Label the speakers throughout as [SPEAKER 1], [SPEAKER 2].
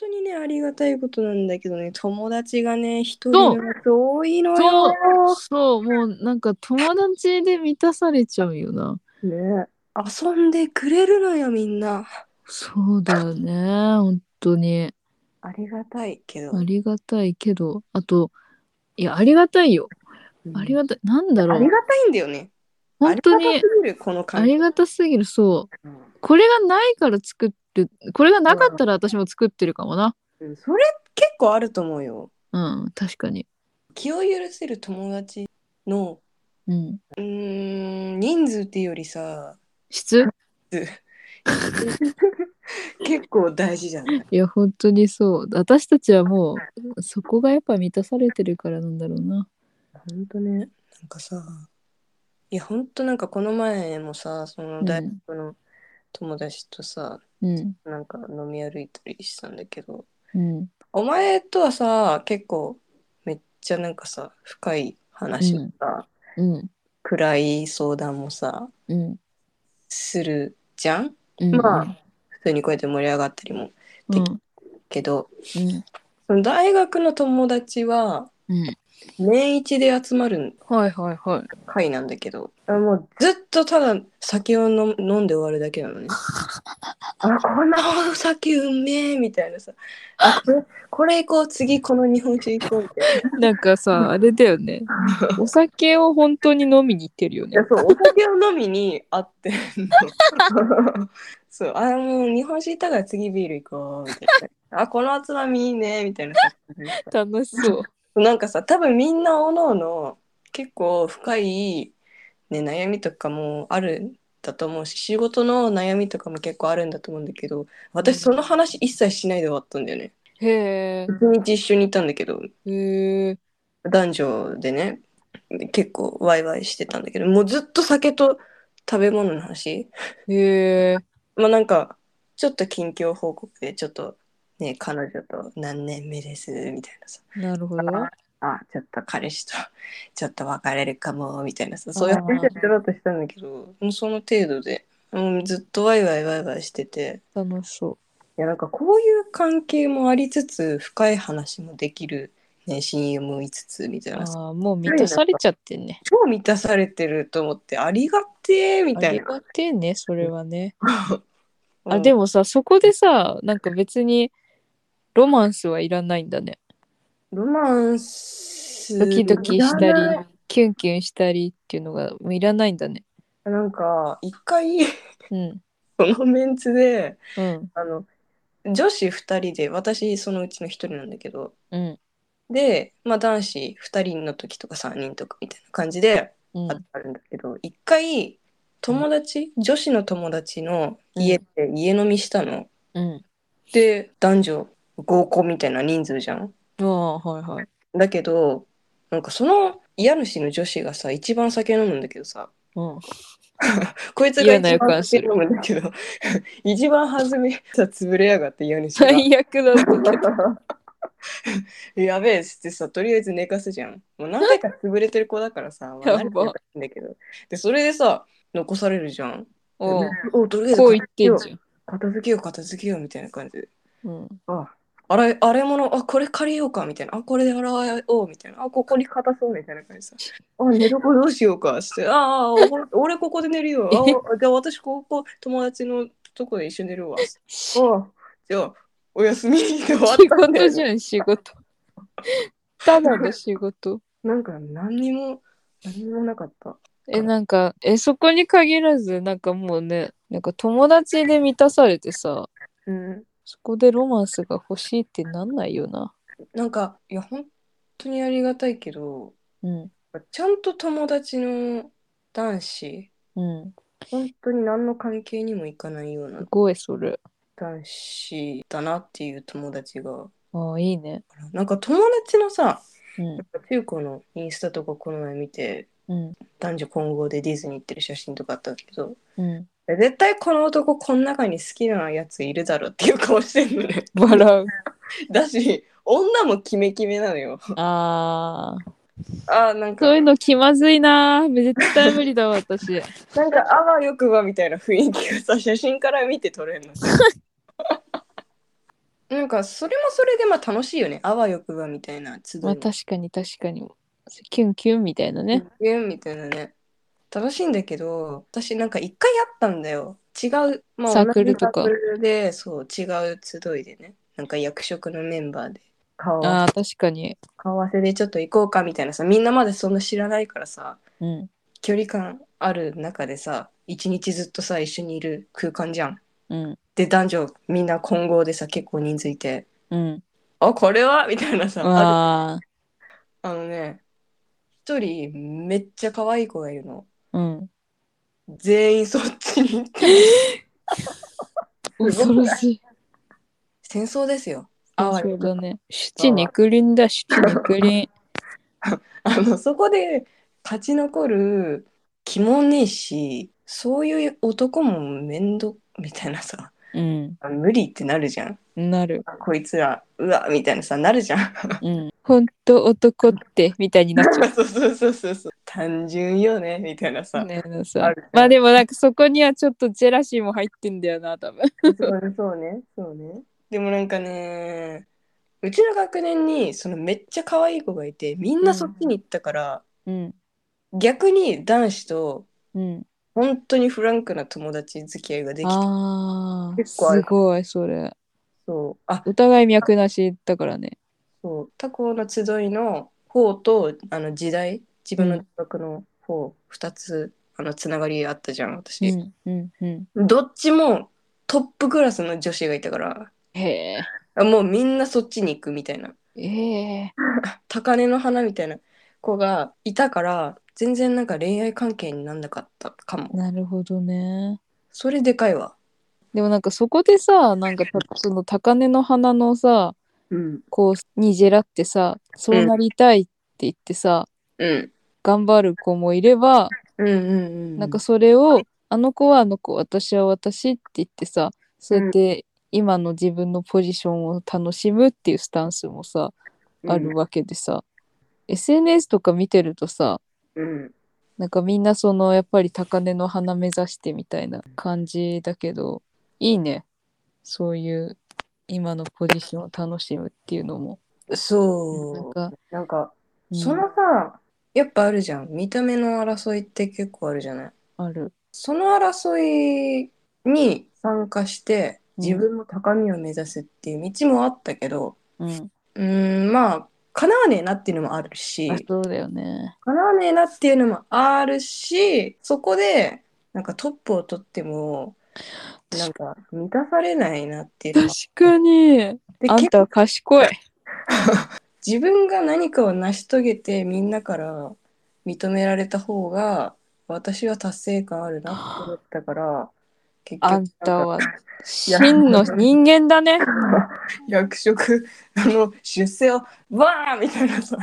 [SPEAKER 1] 当にね、ありがたいことなんだけどね、友達がね、一人
[SPEAKER 2] そう
[SPEAKER 1] の多いの
[SPEAKER 2] そう
[SPEAKER 1] よ。
[SPEAKER 2] そう、もうなんか友達で満たされちゃうよな。
[SPEAKER 1] ね、遊んでくれるのよ、みんな。
[SPEAKER 2] そうだよね、本当に。
[SPEAKER 1] ありがたいけど。
[SPEAKER 2] ありがたいけど、あと、いや、ありがたいよ。ありがたい。なんだ
[SPEAKER 1] あ
[SPEAKER 2] ろ
[SPEAKER 1] り
[SPEAKER 2] う。
[SPEAKER 1] がたいんだよね。
[SPEAKER 2] 本当
[SPEAKER 1] あり
[SPEAKER 2] に
[SPEAKER 1] がたすぎる、この
[SPEAKER 2] あ
[SPEAKER 1] 感じ。
[SPEAKER 2] りがたすぎる。そう。これがないから作って、これがなかったら私も作ってるかもな。
[SPEAKER 1] うんそれ結構あると思うよ。
[SPEAKER 2] うん、確かに。
[SPEAKER 1] 気を許せる友達の、
[SPEAKER 2] うん。
[SPEAKER 1] うーん、人数っていうよりさ、
[SPEAKER 2] 質
[SPEAKER 1] 結構大事じゃない
[SPEAKER 2] いや、本当にそう。私たちはもう、そこがやっぱ満たされてるからなんだろうな。
[SPEAKER 1] ほんとね。なんかさ、いや、ほんとなんかこの前もさ、その大学の友達とさ、
[SPEAKER 2] うん。
[SPEAKER 1] なんか飲み歩いたりしたんだけど、
[SPEAKER 2] うん。
[SPEAKER 1] お前とはさ、結構めっちゃなんかさ、深い話もさ、
[SPEAKER 2] うん。
[SPEAKER 1] 暗い相談もさ、
[SPEAKER 2] うん。
[SPEAKER 1] するじゃん
[SPEAKER 2] うん。
[SPEAKER 1] まあ、普通にこうやって盛り上がったりも
[SPEAKER 2] うん。
[SPEAKER 1] けど、
[SPEAKER 2] うん。
[SPEAKER 1] その大学の友達は、
[SPEAKER 2] うん。
[SPEAKER 1] 年一で集まる
[SPEAKER 2] はいはいはい。
[SPEAKER 1] 会なんだけど、あもうずっとただ酒を飲む飲んで終わるだけなのね。 あ、こんなお酒うめえみたいなさ。あ、これ、これ行こう、次この日本酒行こうみたい な。
[SPEAKER 2] なんかさ、あれだよね。お酒を本当に飲みに行ってるよ
[SPEAKER 1] い
[SPEAKER 2] ね
[SPEAKER 1] や。そうお酒を飲みに会ってん のそうあもう日本酒行ったから次ビール行こうみたいなあこのつまみいいねみたいなさ
[SPEAKER 2] 楽しそう。
[SPEAKER 1] なんかさ多分みんなおのおの結構深い、ね、悩みとかもあるんだと思うし仕事の悩みとかも結構あるんだと思うんだけど私その話一切しないで終わったんだよね
[SPEAKER 2] へ
[SPEAKER 1] 一日一緒にいたんだけど
[SPEAKER 2] え。へえ。
[SPEAKER 1] 男女でね結構ワイワイしてたんだけどもうずっと酒と食べ物の話
[SPEAKER 2] へえ。
[SPEAKER 1] まあなんかちょっと近況報告でちょっとね彼女と何年目ですみたいなさ
[SPEAKER 2] なるほど。
[SPEAKER 1] あちょっと彼氏と ちょっと別れるかもみたいなさそういう話をしろうとしたんだけどもうその程度でもうずっとワイワイワイワイしてて
[SPEAKER 2] 楽しそ。
[SPEAKER 1] いやなんかこういう関係もありつつ深い話もできる、ね、親友もいつつみたいうなさ
[SPEAKER 2] ああ、もう満たされちゃってんね。
[SPEAKER 1] 超満たされてると思ってありがてえみた
[SPEAKER 2] あ
[SPEAKER 1] い
[SPEAKER 2] り
[SPEAKER 1] な。
[SPEAKER 2] がてえね、それはね。あ、
[SPEAKER 1] うん
[SPEAKER 2] でもさ、そこでさ、なんか別にロマンスはいらないんだね。
[SPEAKER 1] ロマンス
[SPEAKER 2] ドキドキした
[SPEAKER 1] いら
[SPEAKER 2] り
[SPEAKER 1] ない、
[SPEAKER 2] キュンキュンしたりっていうのがもういらないんだね。
[SPEAKER 1] なんか一回
[SPEAKER 2] うん。
[SPEAKER 1] このメンツで
[SPEAKER 2] うん。
[SPEAKER 1] あの女子2人で私そのうちの1人なんだけど
[SPEAKER 2] うん。
[SPEAKER 1] で、まあ、男子2人の時とか3人とかみたいな感じで
[SPEAKER 2] うん
[SPEAKER 1] あ。あるんだけど一回友達、女子の友達の家で家飲みしたの。
[SPEAKER 2] うん。
[SPEAKER 1] で男女合コンみたいな人数じゃん。
[SPEAKER 2] ああ、はいはい。
[SPEAKER 1] だけどなんかその家主の女子がさ一番酒飲むんだけどさ
[SPEAKER 2] うん。
[SPEAKER 1] こいつが一
[SPEAKER 2] 嫌な予
[SPEAKER 1] 番
[SPEAKER 2] 感する
[SPEAKER 1] 飲むんだけど、 一番初めさ、潰れやがって家 主が。
[SPEAKER 2] 最悪だったけど。
[SPEAKER 1] やべえっつってさ、とりあえず寝かすじゃん。もう何回か潰れてる子だから さ、まあ
[SPEAKER 2] やば
[SPEAKER 1] 慣れてるんだけど。で、それでさ、残されるじゃん。
[SPEAKER 2] お
[SPEAKER 1] で
[SPEAKER 2] う
[SPEAKER 1] おとりあえず
[SPEAKER 2] こう言ってん
[SPEAKER 1] 片付け
[SPEAKER 2] じ
[SPEAKER 1] よ
[SPEAKER 2] ゃん。
[SPEAKER 1] う、片付けよう、片付けようみたいな感じで。
[SPEAKER 2] うん。
[SPEAKER 1] あ洗い洗い物、あ、これ借りようかみたいな。あ、これで洗おうみたいな。あ、ここに片そうみたいな感じでさ。あ、寝床どうしようかして。ああ、お俺ここで寝るよ。あおじゃあ私ここ友達のとこで一緒に寝るわ。
[SPEAKER 2] 仕
[SPEAKER 1] あじゃあおやすみって終わったんだ
[SPEAKER 2] 事
[SPEAKER 1] よ
[SPEAKER 2] じ
[SPEAKER 1] ね、
[SPEAKER 2] ゃん、仕事。ただの仕事。
[SPEAKER 1] なんか何にも、何にもなかった。
[SPEAKER 2] え、なんか、え、そこに限らず、なんかもうね、なんか友達で満たされてさ、
[SPEAKER 1] うん。
[SPEAKER 2] そこでロマンスが欲しいってなんないよな。
[SPEAKER 1] なんか、いや、本当にありがたいけど、
[SPEAKER 2] うん。
[SPEAKER 1] ちゃんと友達の男子、
[SPEAKER 2] うん。
[SPEAKER 1] 本当に何の関係にもいかないような
[SPEAKER 2] すごい、それ。
[SPEAKER 1] 男子だなっていう友達が、
[SPEAKER 2] ああ、いいね。
[SPEAKER 1] なんか友達のさ、
[SPEAKER 2] うん。
[SPEAKER 1] 中高のインスタとかこの前見て、
[SPEAKER 2] うん。
[SPEAKER 1] 男女混合でディズニー行ってる写真とかあったんだけど、
[SPEAKER 2] うん。
[SPEAKER 1] 絶対この男この中に好きなやついるだろうっていう顔してるのね。
[SPEAKER 2] 笑う。
[SPEAKER 1] だし女もキメキメなのよ。
[SPEAKER 2] ああ。
[SPEAKER 1] あーなんか
[SPEAKER 2] そういうの気まずいな。絶対無理だわ、私。
[SPEAKER 1] なんかあわよ くばみたいな雰囲気がさ写真から見て撮れるの。なんかそれもそれでまあ楽しいよねあわよくばみたいな集い
[SPEAKER 2] まあ確かに確かに。キュンキュンみたいなね。
[SPEAKER 1] ゲームみたいなね楽しいんだけど私なんか一回やったんだよ違う、まあ、
[SPEAKER 2] サークルとか
[SPEAKER 1] 同じサークルでそう違う集いでねなんか役職のメンバーで顔
[SPEAKER 2] ああ、確かに。
[SPEAKER 1] 顔合わせでちょっと行こうかみたいなさみんなまでそんな知らないからさ
[SPEAKER 2] うん。
[SPEAKER 1] 距離感ある中でさ一日ずっとさ一緒にいる空間じゃん
[SPEAKER 2] うん。
[SPEAKER 1] で男女みんな混合でさ結構人数いて
[SPEAKER 2] うん。
[SPEAKER 1] あこれはみたいなさある
[SPEAKER 2] あ
[SPEAKER 1] あのね一人めっちゃ可愛い子がいるの
[SPEAKER 2] あ。うん。
[SPEAKER 1] 全員そっちに行ってごくない
[SPEAKER 2] 恐ろしい。
[SPEAKER 1] 戦争ですよ。あわ
[SPEAKER 2] そ
[SPEAKER 1] よ
[SPEAKER 2] うだね。七肉林だ、七肉林。
[SPEAKER 1] あのそこで勝ち残る気もねえしそういう男も面倒みたいなさ
[SPEAKER 2] うん。
[SPEAKER 1] あ無理ってなるじゃん
[SPEAKER 2] なる。
[SPEAKER 1] あこいつらうわみたいなさなるじゃん
[SPEAKER 2] うん。ほんと男って、みたいになっちゃ
[SPEAKER 1] そうそうそうそうそう単純よねみたいなさ、
[SPEAKER 2] う。ねえ
[SPEAKER 1] あ
[SPEAKER 2] さ
[SPEAKER 1] る
[SPEAKER 2] まあでもなんかそこにはちょっとジェラシーも入ってんだよな多分
[SPEAKER 1] そうねそうねそうねでもなんかねうちの学年にそのめっちゃ可愛い子がいてみんなそっちに行ったから、
[SPEAKER 2] うん
[SPEAKER 1] 逆に男子と
[SPEAKER 2] うん
[SPEAKER 1] 本当にフランクな友達付き合いができて
[SPEAKER 2] ああ
[SPEAKER 1] 結構ある
[SPEAKER 2] すごいそれ
[SPEAKER 1] そうあ
[SPEAKER 2] お互い脈なしだからね
[SPEAKER 1] そう他校の集いの方とあの時代自分の大学の方2つあのつながりあったじゃん
[SPEAKER 2] う
[SPEAKER 1] 私、
[SPEAKER 2] んうんうん
[SPEAKER 1] どっちもトップクラスの女子がいたから
[SPEAKER 2] へえ
[SPEAKER 1] あもうみんなそっちに行くみたいな
[SPEAKER 2] ええ
[SPEAKER 1] 高嶺の花みたいな子がいたから全然なんか恋愛関係になんなかったかも
[SPEAKER 2] なるほどね。
[SPEAKER 1] それでかいわ
[SPEAKER 2] でもなんかそこでさ、なんかたその高根の花のさ、
[SPEAKER 1] うん
[SPEAKER 2] こう、にジェラってさ、そうなりたいって言ってさ、
[SPEAKER 1] うん
[SPEAKER 2] 頑張る子もいれば、
[SPEAKER 1] うんうん
[SPEAKER 2] なんかそれを、あの子はあの子、私は私って言ってさ、そうやって今の自分のポジションを楽しむっていうスタンスもさ、
[SPEAKER 1] うん
[SPEAKER 2] あるわけでさ、SNS とか見てるとさ、
[SPEAKER 1] うん
[SPEAKER 2] なんかみんなそのやっぱり高嶺の花目指してみたいな感じだけどいいねそういう今のポジションを楽しむっていうのもなん
[SPEAKER 1] そ
[SPEAKER 2] か、
[SPEAKER 1] うなんか
[SPEAKER 2] うん
[SPEAKER 1] そのさやっぱあるじゃん見た目の争いって結構あるじゃない
[SPEAKER 2] ある
[SPEAKER 1] その争いに参加して
[SPEAKER 2] うん
[SPEAKER 1] 自分の高みを目指すっていう道もあったけど
[SPEAKER 2] うん
[SPEAKER 1] うーんまあ叶わねえなっていうのもあるし
[SPEAKER 2] あそうだよね
[SPEAKER 1] 叶わねえなっていうのもあるしそこでなんかトップを取ってもなんか満たされないなっていうの
[SPEAKER 2] 確
[SPEAKER 1] が
[SPEAKER 2] かに
[SPEAKER 1] で
[SPEAKER 2] あん
[SPEAKER 1] 結
[SPEAKER 2] たは賢い
[SPEAKER 1] 自分が何かを成し遂げてみんなから認められた方が私は達成感あるなって思ったから結局
[SPEAKER 2] あ
[SPEAKER 1] なん
[SPEAKER 2] ん
[SPEAKER 1] か
[SPEAKER 2] たは
[SPEAKER 1] や
[SPEAKER 2] 真の人間だね
[SPEAKER 1] 役職 あの出世をバーンみたいなさ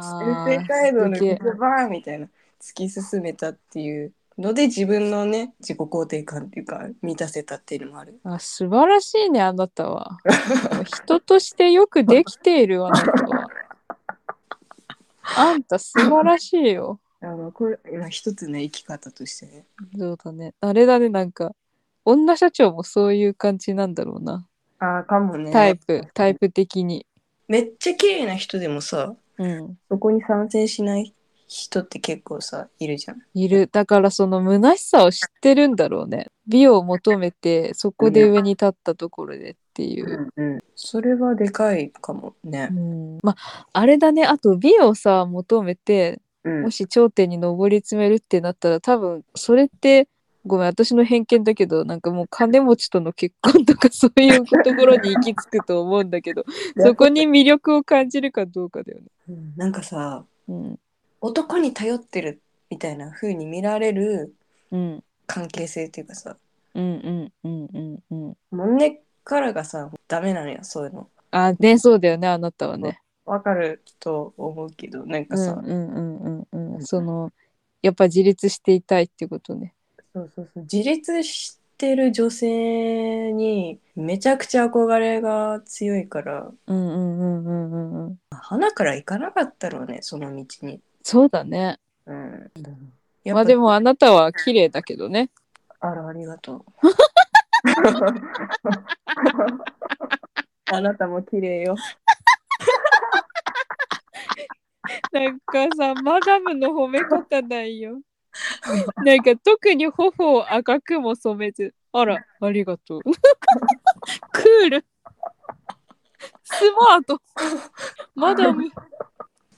[SPEAKER 2] あ
[SPEAKER 1] 出世街道の
[SPEAKER 2] ーすげえ
[SPEAKER 1] 道をバーンみたいな突き進めたっていうので自分のね自己肯定感っていうか満たせたっていうのもある。
[SPEAKER 2] あ素晴らしいねあなたは人としてよくできているわあなたはあんた素晴らしいよ
[SPEAKER 1] あのこれ今一つね生き方としてね。
[SPEAKER 2] そうだねあれだねなんか女社長もそういう感じなんだろうな
[SPEAKER 1] ああかもね。
[SPEAKER 2] タイプ、タイプ的に
[SPEAKER 1] めっちゃ綺麗な人でもさ
[SPEAKER 2] うん
[SPEAKER 1] そこに参戦しない人って結構さいるじゃん。
[SPEAKER 2] いるだからその虚しさを知ってるんだろうね美を求めてそこで上に立ったところでっていう、
[SPEAKER 1] うんそれはでかいかもね
[SPEAKER 2] う。ん、まああれだねあと美をさ求めて
[SPEAKER 1] うん
[SPEAKER 2] もし頂点に上り詰めるってなったら多分それってごめん私の偏見だけどなんかもう金持ちとの結婚とかそういうところに行き着くと思うんだけどそこに魅力を感じるかどうかだよね。
[SPEAKER 1] うんなんかさ
[SPEAKER 2] うん
[SPEAKER 1] 男に頼ってるみたいな風に見られる
[SPEAKER 2] うん
[SPEAKER 1] 関係性っていうかさ
[SPEAKER 2] うんうんうんうんうん。
[SPEAKER 1] もう根っからがさダメなのよそういうの
[SPEAKER 2] あねそうだよねあなたはね。
[SPEAKER 1] わかると思うけどなんか
[SPEAKER 2] うん
[SPEAKER 1] さ、
[SPEAKER 2] うんうんうんうん。そのやっぱ自立していたいってことね。
[SPEAKER 1] そうそうそう自立してる女性にめちゃくちゃ憧れが強いから
[SPEAKER 2] うんうんうんうんうんうん。
[SPEAKER 1] 花から行かなかったろうねその道に。
[SPEAKER 2] そうだね。
[SPEAKER 1] うん、やっ
[SPEAKER 2] ま
[SPEAKER 1] ぱ
[SPEAKER 2] あでもあなたは綺麗だけどね。
[SPEAKER 1] あらありがとう。あなたも綺麗よ。
[SPEAKER 2] なんかさ、マダムの褒め方ないよ。なんか特に頬を赤くも染めず、あら、ありがとう。 クール。スマート。マダム。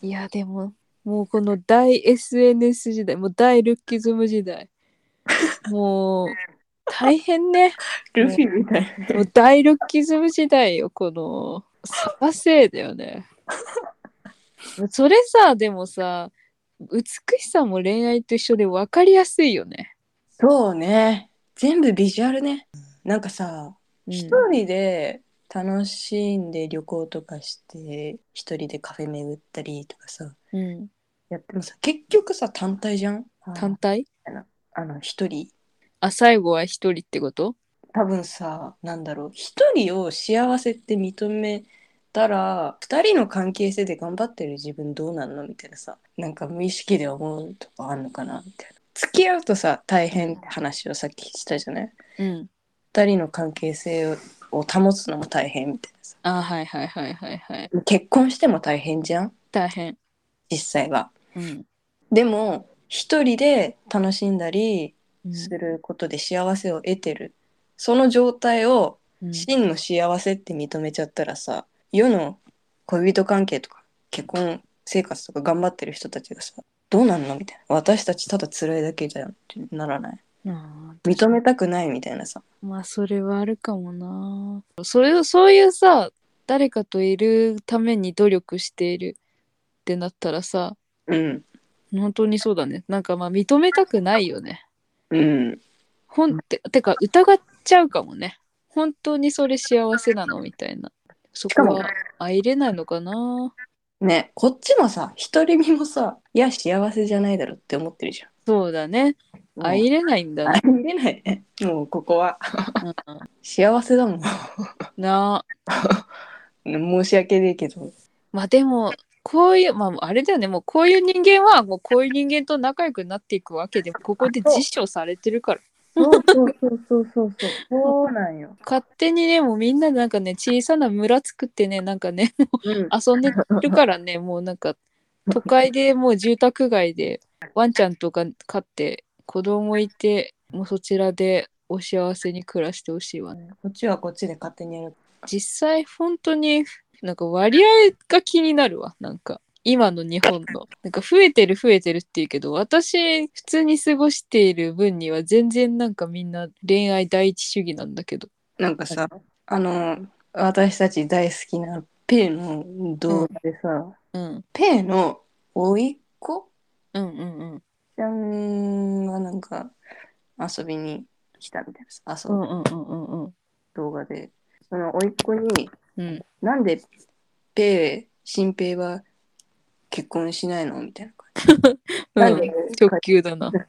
[SPEAKER 2] いや、でも、もうこの大 SNS 時代、もう大ルッキズム時代。もう、大変ね。
[SPEAKER 1] ルフィみたい。
[SPEAKER 2] もう大ルッキズム時代よ、この、サバ性だよね。それさ、でもさ、美しさも恋愛と一緒で分かりやすいよね。
[SPEAKER 1] そうね。全部ビジュアルね。なんかさ、
[SPEAKER 2] うん
[SPEAKER 1] 一人で楽しんで旅行とかして、一人でカフェ巡ったりとかさ、
[SPEAKER 2] うん、
[SPEAKER 1] やってもさ、結局さ、単体じゃん
[SPEAKER 2] 単体
[SPEAKER 1] あの、一人。
[SPEAKER 2] あ、最後は一人ってこと
[SPEAKER 1] 多分さなんだろう一人を幸せって認めたら二人の関係性で頑張ってる自分どうなんのみたいなさなんか無意識で思うとかあんのかなみたいな付き合うとさ大変って話をさっきしたじゃない
[SPEAKER 2] うん。
[SPEAKER 1] 二人の関係性を保つのも大変みたいなさ
[SPEAKER 2] あ、はいはいはいはいはい。
[SPEAKER 1] 結婚しても大変じゃん
[SPEAKER 2] 大変。
[SPEAKER 1] 実際は
[SPEAKER 2] うん。
[SPEAKER 1] でも一人で楽しんだり
[SPEAKER 2] うん
[SPEAKER 1] することで幸せを得てるその状態を
[SPEAKER 2] うん
[SPEAKER 1] 真の幸せって認めちゃったらさ世の恋人関係とか結婚生活とか頑張ってる人たちがさどうなんのみたいな私たちただ辛いだけじゃんってならない
[SPEAKER 2] あー
[SPEAKER 1] 認めたくないみたいなさ
[SPEAKER 2] まあそれはあるかもな。それをそういうさ誰かといるために努力しているってなったらさ
[SPEAKER 1] うん
[SPEAKER 2] 本当にそうだね。なんかまあ認めたくないよね。
[SPEAKER 1] うん
[SPEAKER 2] ほんっててか疑っちゃうかもね。本当にそれ幸せなのみたいな。そこ
[SPEAKER 1] しか
[SPEAKER 2] はあ入れないのかな。
[SPEAKER 1] ねこっちもさ独り身もさいや幸せじゃないだろって思ってるじゃん
[SPEAKER 2] そうだね。
[SPEAKER 1] もう
[SPEAKER 2] あ入れないんだね。
[SPEAKER 1] 入れないねもうここは幸せだもん
[SPEAKER 2] うんなあ。
[SPEAKER 1] 申し訳ねえけど
[SPEAKER 2] まあでもこういうまああれだよねもうこういう人間はもうこういう人間と仲良くなっていくわけでここで実証されてるから
[SPEAKER 1] そうそうそうそうそうそうなんよ、
[SPEAKER 2] 勝手にねもうみんななんかね小さな村作ってねなんかね
[SPEAKER 1] うん、
[SPEAKER 2] 遊んでるからね もうなんか都会でもう住宅街でワンちゃんとか飼って子供いてもうそちらでお幸せに暮らしてほしいわ、ね、
[SPEAKER 1] こっちはこっちで勝手にやる
[SPEAKER 2] 実際本当になんか割合が気になるわなんか今の日本のなんか増えてる増えてるって言うけど私普通に過ごしている分には全然なんかみんな恋愛第一主義なんだけど
[SPEAKER 1] なんかさ、あの、私たち大好きなペイの動画でさ、
[SPEAKER 2] うん
[SPEAKER 1] ペイの甥っ子
[SPEAKER 2] うんうんうん
[SPEAKER 1] ちゃんがなんか遊びに来たみたいなさ、
[SPEAKER 2] う
[SPEAKER 1] 遊
[SPEAKER 2] ん
[SPEAKER 1] ぶ
[SPEAKER 2] うんうんうんうん
[SPEAKER 1] 動画で、その甥っ子に、
[SPEAKER 2] うん
[SPEAKER 1] なんでペイ、新平は結婚しないのみたいな感じ。なんで
[SPEAKER 2] 直球だな
[SPEAKER 1] 付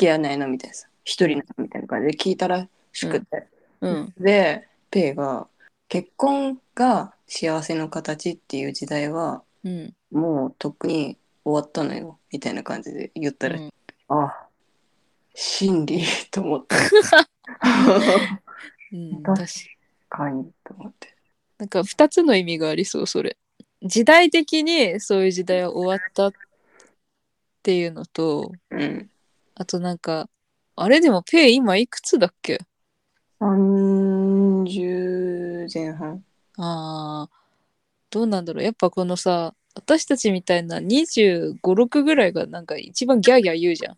[SPEAKER 1] き合わないのみたいなさ、一人なのみたいな感じで聞いたらしくて。
[SPEAKER 2] うん
[SPEAKER 1] でペイが結婚が幸せの形っていう時代は
[SPEAKER 2] うん
[SPEAKER 1] もうとっくに終わったのよみたいな感じで言ったら、
[SPEAKER 2] うん
[SPEAKER 1] ああ真理と思 った
[SPEAKER 2] うん確かに
[SPEAKER 1] かいと思って
[SPEAKER 2] なんか2つの意味がありそうそれ時代的にそういう時代は終わったっていうのと
[SPEAKER 1] うん
[SPEAKER 2] あとなんか、あれでもペイ今いくつだっけ
[SPEAKER 1] 30前半
[SPEAKER 2] ああ、どうなんだろう。やっぱこのさ、私たちみたいな25、6ぐらいがなんか一番ギャーギャー言うじゃん。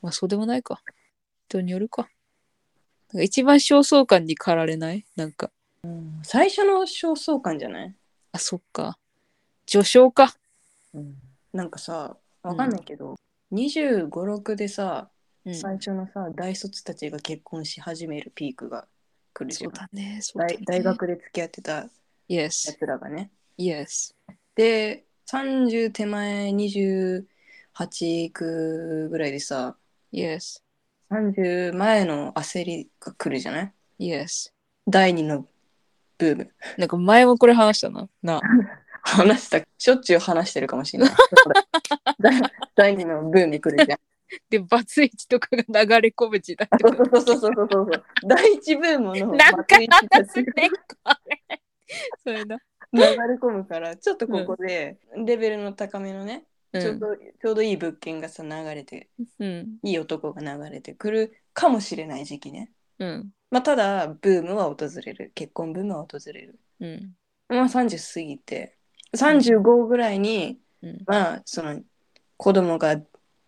[SPEAKER 2] まあそうでもないか。人によるか。なんか一番焦燥感に駆られないなんか。
[SPEAKER 1] 最初の焦燥感じゃない、
[SPEAKER 2] あ、そっか。序章か。
[SPEAKER 1] なんかさわかんないけど、2 5 6でさ、
[SPEAKER 2] うん。そ
[SPEAKER 1] 最初のさ大卒たちが結婚し始めるピークが来るじゃ
[SPEAKER 2] うんだね。そうだね
[SPEAKER 1] 大。大。学で付き合ってた
[SPEAKER 2] Yes.
[SPEAKER 1] やつらがね。
[SPEAKER 2] Yes.
[SPEAKER 1] で30手前28いくぐらいでさ
[SPEAKER 2] Yes.
[SPEAKER 1] 30前の焦りが来るじゃない
[SPEAKER 2] Yes.
[SPEAKER 1] 第二のブーム。
[SPEAKER 2] なんか前もこれ話したな。なあ。
[SPEAKER 1] 話したしょっちゅう話してるかもし れない。第第二のブーム来るじゃん。
[SPEAKER 2] で、バツイチとかが流れ込む時代と
[SPEAKER 1] そ
[SPEAKER 2] か
[SPEAKER 1] う。そうそうそうそうそう。第一ブームの。
[SPEAKER 2] なんか話すね、これ。たいな。
[SPEAKER 1] 流れ込むからちょっとここでレベルの高めのね、
[SPEAKER 2] うん
[SPEAKER 1] ちょうどちょうどいい物件がさ流れて
[SPEAKER 2] うん。
[SPEAKER 1] いい男が流れてくるかもしれない時期ね
[SPEAKER 2] うん。
[SPEAKER 1] まあただブームは訪れる結婚ブームは訪れる
[SPEAKER 2] うん。
[SPEAKER 1] まあ30過ぎて35ぐらいに、
[SPEAKER 2] うん
[SPEAKER 1] まあその子供が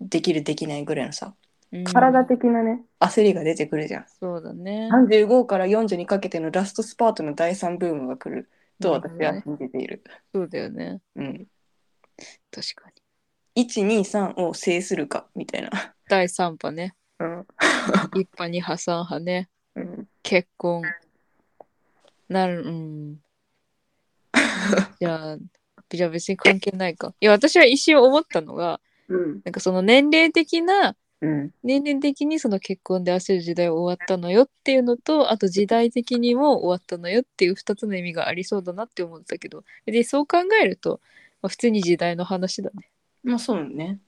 [SPEAKER 1] できるできないぐらいのさ
[SPEAKER 2] うん
[SPEAKER 1] 体的なね焦りが出てくるじゃん
[SPEAKER 2] そうだね。
[SPEAKER 1] 35から40にかけてのラストスパートの第3ブームが来ると私は信じている。
[SPEAKER 2] そうだよね。
[SPEAKER 1] うん、
[SPEAKER 2] 確かに。
[SPEAKER 1] 123を制するかみたいな。
[SPEAKER 2] 第3波ね。
[SPEAKER 1] うん
[SPEAKER 2] 一波、二波、三波ね。
[SPEAKER 1] うん、
[SPEAKER 2] 結婚。なる、 うん。じゃあ、じゃあ別に関係ないか。いや、私は一瞬思ったのが、
[SPEAKER 1] うん、
[SPEAKER 2] なんかその年齢的な、
[SPEAKER 1] うん、
[SPEAKER 2] 年齢的にその結婚で焦る時代は終わったのよっていうのと、あと時代的にも終わったのよっていう2つの意味がありそうだなって思ったけど、で、そう考えると、まあ、普通に時代の話だね。
[SPEAKER 1] まあそうね。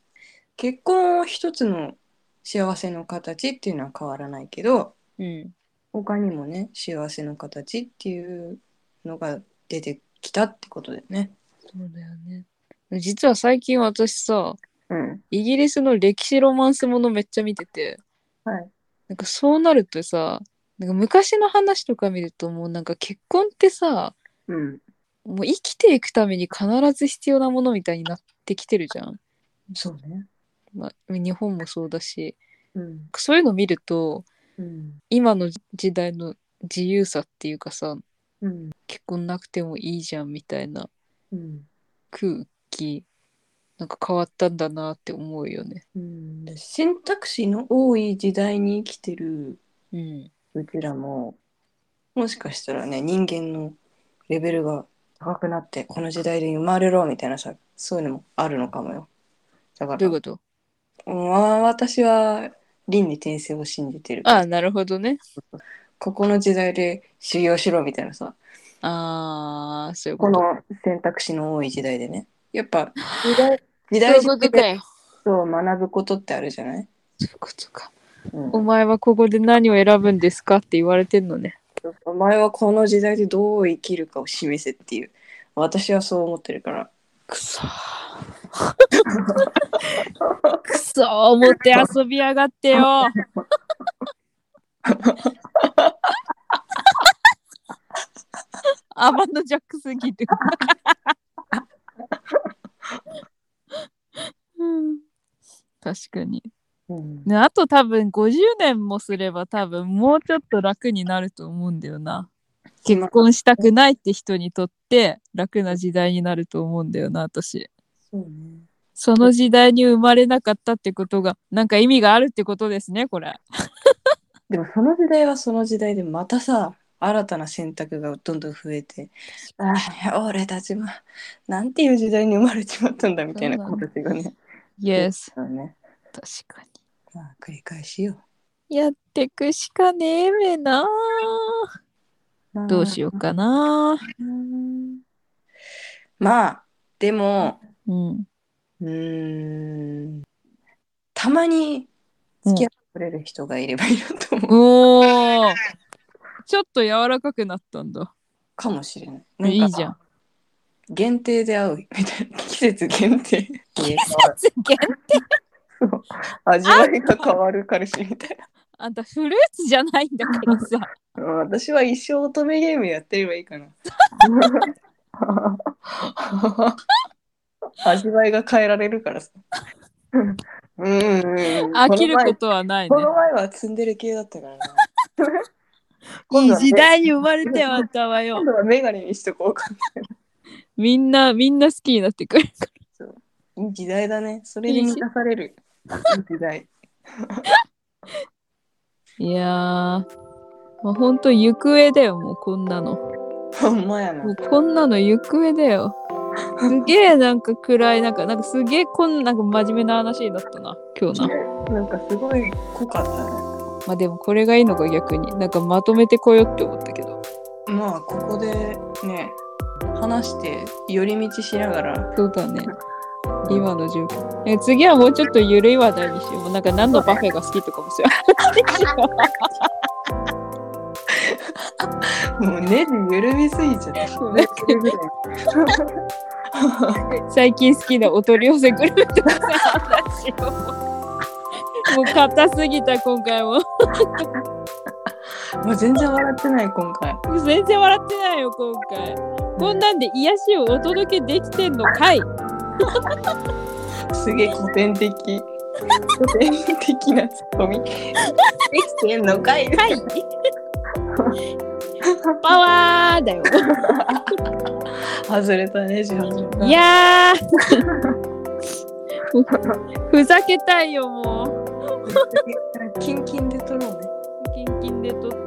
[SPEAKER 1] 結婚を一つの幸せの形っていうのは変わらないけど、
[SPEAKER 2] うん。
[SPEAKER 1] 他にもね、幸せの形っていうのが出てきたってことだよね。
[SPEAKER 2] そうだよね。実は最近私さ、
[SPEAKER 1] うん。
[SPEAKER 2] イギリスの歴史ロマンスものめっちゃ見てて、
[SPEAKER 1] はい。
[SPEAKER 2] なんかそうなるとさ、なんか昔の話とか見るともうなんか結婚ってさ、
[SPEAKER 1] うん。
[SPEAKER 2] もう生きていくために必ず必要なものみたいになってきてるじゃん。
[SPEAKER 1] そうね。
[SPEAKER 2] まあ、日本もそうだし、
[SPEAKER 1] うん。
[SPEAKER 2] そういうの見ると、
[SPEAKER 1] うん。
[SPEAKER 2] 今の時代の自由さっていうかさ、
[SPEAKER 1] うん。
[SPEAKER 2] 結婚なくてもいいじゃんみたいな
[SPEAKER 1] うん。
[SPEAKER 2] 空気、なんか変わったんだなって思うよね。
[SPEAKER 1] うん、で選択肢の多い時代に生きてる
[SPEAKER 2] うん。
[SPEAKER 1] うちらももしかしたらね人間のレベルが高くなってこの時代で生まれろみたいなさそういうのもあるのかもよだか
[SPEAKER 2] どうい
[SPEAKER 1] ら
[SPEAKER 2] うこと
[SPEAKER 1] うんわ私は輪廻転生を信じてる
[SPEAKER 2] ああ、なるほどね。
[SPEAKER 1] ここの時代で修行しろみたいなさ
[SPEAKER 2] ああ、そういうこ。
[SPEAKER 1] ことの選択肢の多い時代でねやっぱ時代時代
[SPEAKER 2] そういうことか
[SPEAKER 1] で
[SPEAKER 2] よ。
[SPEAKER 1] そう学ぶことってあるじゃない、
[SPEAKER 2] そういうことか。
[SPEAKER 1] うん
[SPEAKER 2] お前はここで何を選ぶんですかって言われてんのね。
[SPEAKER 1] お前はこの時代でどう生きるかを示せっていう私はそう思ってるから
[SPEAKER 2] くそー。くそー、思って遊びやがってよ。アマンドジャックすぎる。うん確かに。
[SPEAKER 1] うん、
[SPEAKER 2] ねあと多分50年もすれば多分もうちょっと楽になると思うんだよな。結婚したくないって人にとって楽な時代になると思うんだよな私。
[SPEAKER 1] そうね
[SPEAKER 2] その時代に生まれなかったってことがなんか意味があるってことですねこれ。
[SPEAKER 1] でもその時代はその時代でまたさ新たな選択がどんどん増えてああ俺たちもなんていう時代に生まれちまったんだみたいな子たちがね
[SPEAKER 2] Yes
[SPEAKER 1] そうね、
[SPEAKER 2] 確かに。
[SPEAKER 1] まあ、繰り返しよ
[SPEAKER 2] やってくしかねえめな
[SPEAKER 1] う
[SPEAKER 2] どうしようかな
[SPEAKER 1] うんまあでも
[SPEAKER 2] うん。
[SPEAKER 1] うーんたまに付き合ってくれる人がいればいいなと思う
[SPEAKER 2] おーちょっと柔らかくなったんだ。
[SPEAKER 1] かもしれない。
[SPEAKER 2] いいじゃ
[SPEAKER 1] んか
[SPEAKER 2] ん。
[SPEAKER 1] 限定で会うみたいな。季節限 定。そう味わいが変わる彼氏みたい
[SPEAKER 2] あんたフルーツじゃないんだから さ。
[SPEAKER 1] な。うん私は一生乙女ゲームやってればいい かな。味わいが変えられるからさ。うんうんうん。
[SPEAKER 2] 飽きることはないね
[SPEAKER 1] こ。の前この前はツンデレ系だった からな。
[SPEAKER 2] い
[SPEAKER 1] 今度
[SPEAKER 2] い
[SPEAKER 1] は
[SPEAKER 2] 時代に生まれてはったわよ
[SPEAKER 1] 今。度はメガネにしとこうか。
[SPEAKER 2] みんな、みんな好きになってくる。
[SPEAKER 1] いい時代だね。それに満たされる。いい時代。
[SPEAKER 2] いやー、まあ、ほんと行方だよ、もうこんなの。
[SPEAKER 1] ほんまやな
[SPEAKER 2] も。うこんなの行方だよ。すげえなんか暗い、なんか、なんかすげえこんなんか真面目な話になったな、今日な。
[SPEAKER 1] なんかすごい濃かったね。
[SPEAKER 2] まあでもこれがいいのか逆に。なんかまとめてこようって思ったけど。
[SPEAKER 1] まあここでね話して寄り道しながら
[SPEAKER 2] そうだね。今の状況。え次はもうちょっとゆるい話題にしよう。なんか何のパフェが好きとかもしよう。
[SPEAKER 1] もうネジ緩みすぎちゃって。それぐらい
[SPEAKER 2] 最近好きなお取り寄せグルメとかさ話をもう硬すぎた今回も
[SPEAKER 1] もう全然笑ってない今回。
[SPEAKER 2] 全然笑ってないよ今回こんなんで癒しをお届けできてんのかい
[SPEAKER 1] すげえ古典的。古典的なツッコ ミ。できてんのかい。
[SPEAKER 2] かいパワーだよ
[SPEAKER 1] 外れたネジ外れた。
[SPEAKER 2] いやーふざけたいよもう
[SPEAKER 1] キンキンで取ろうね。
[SPEAKER 2] キンキンで撮って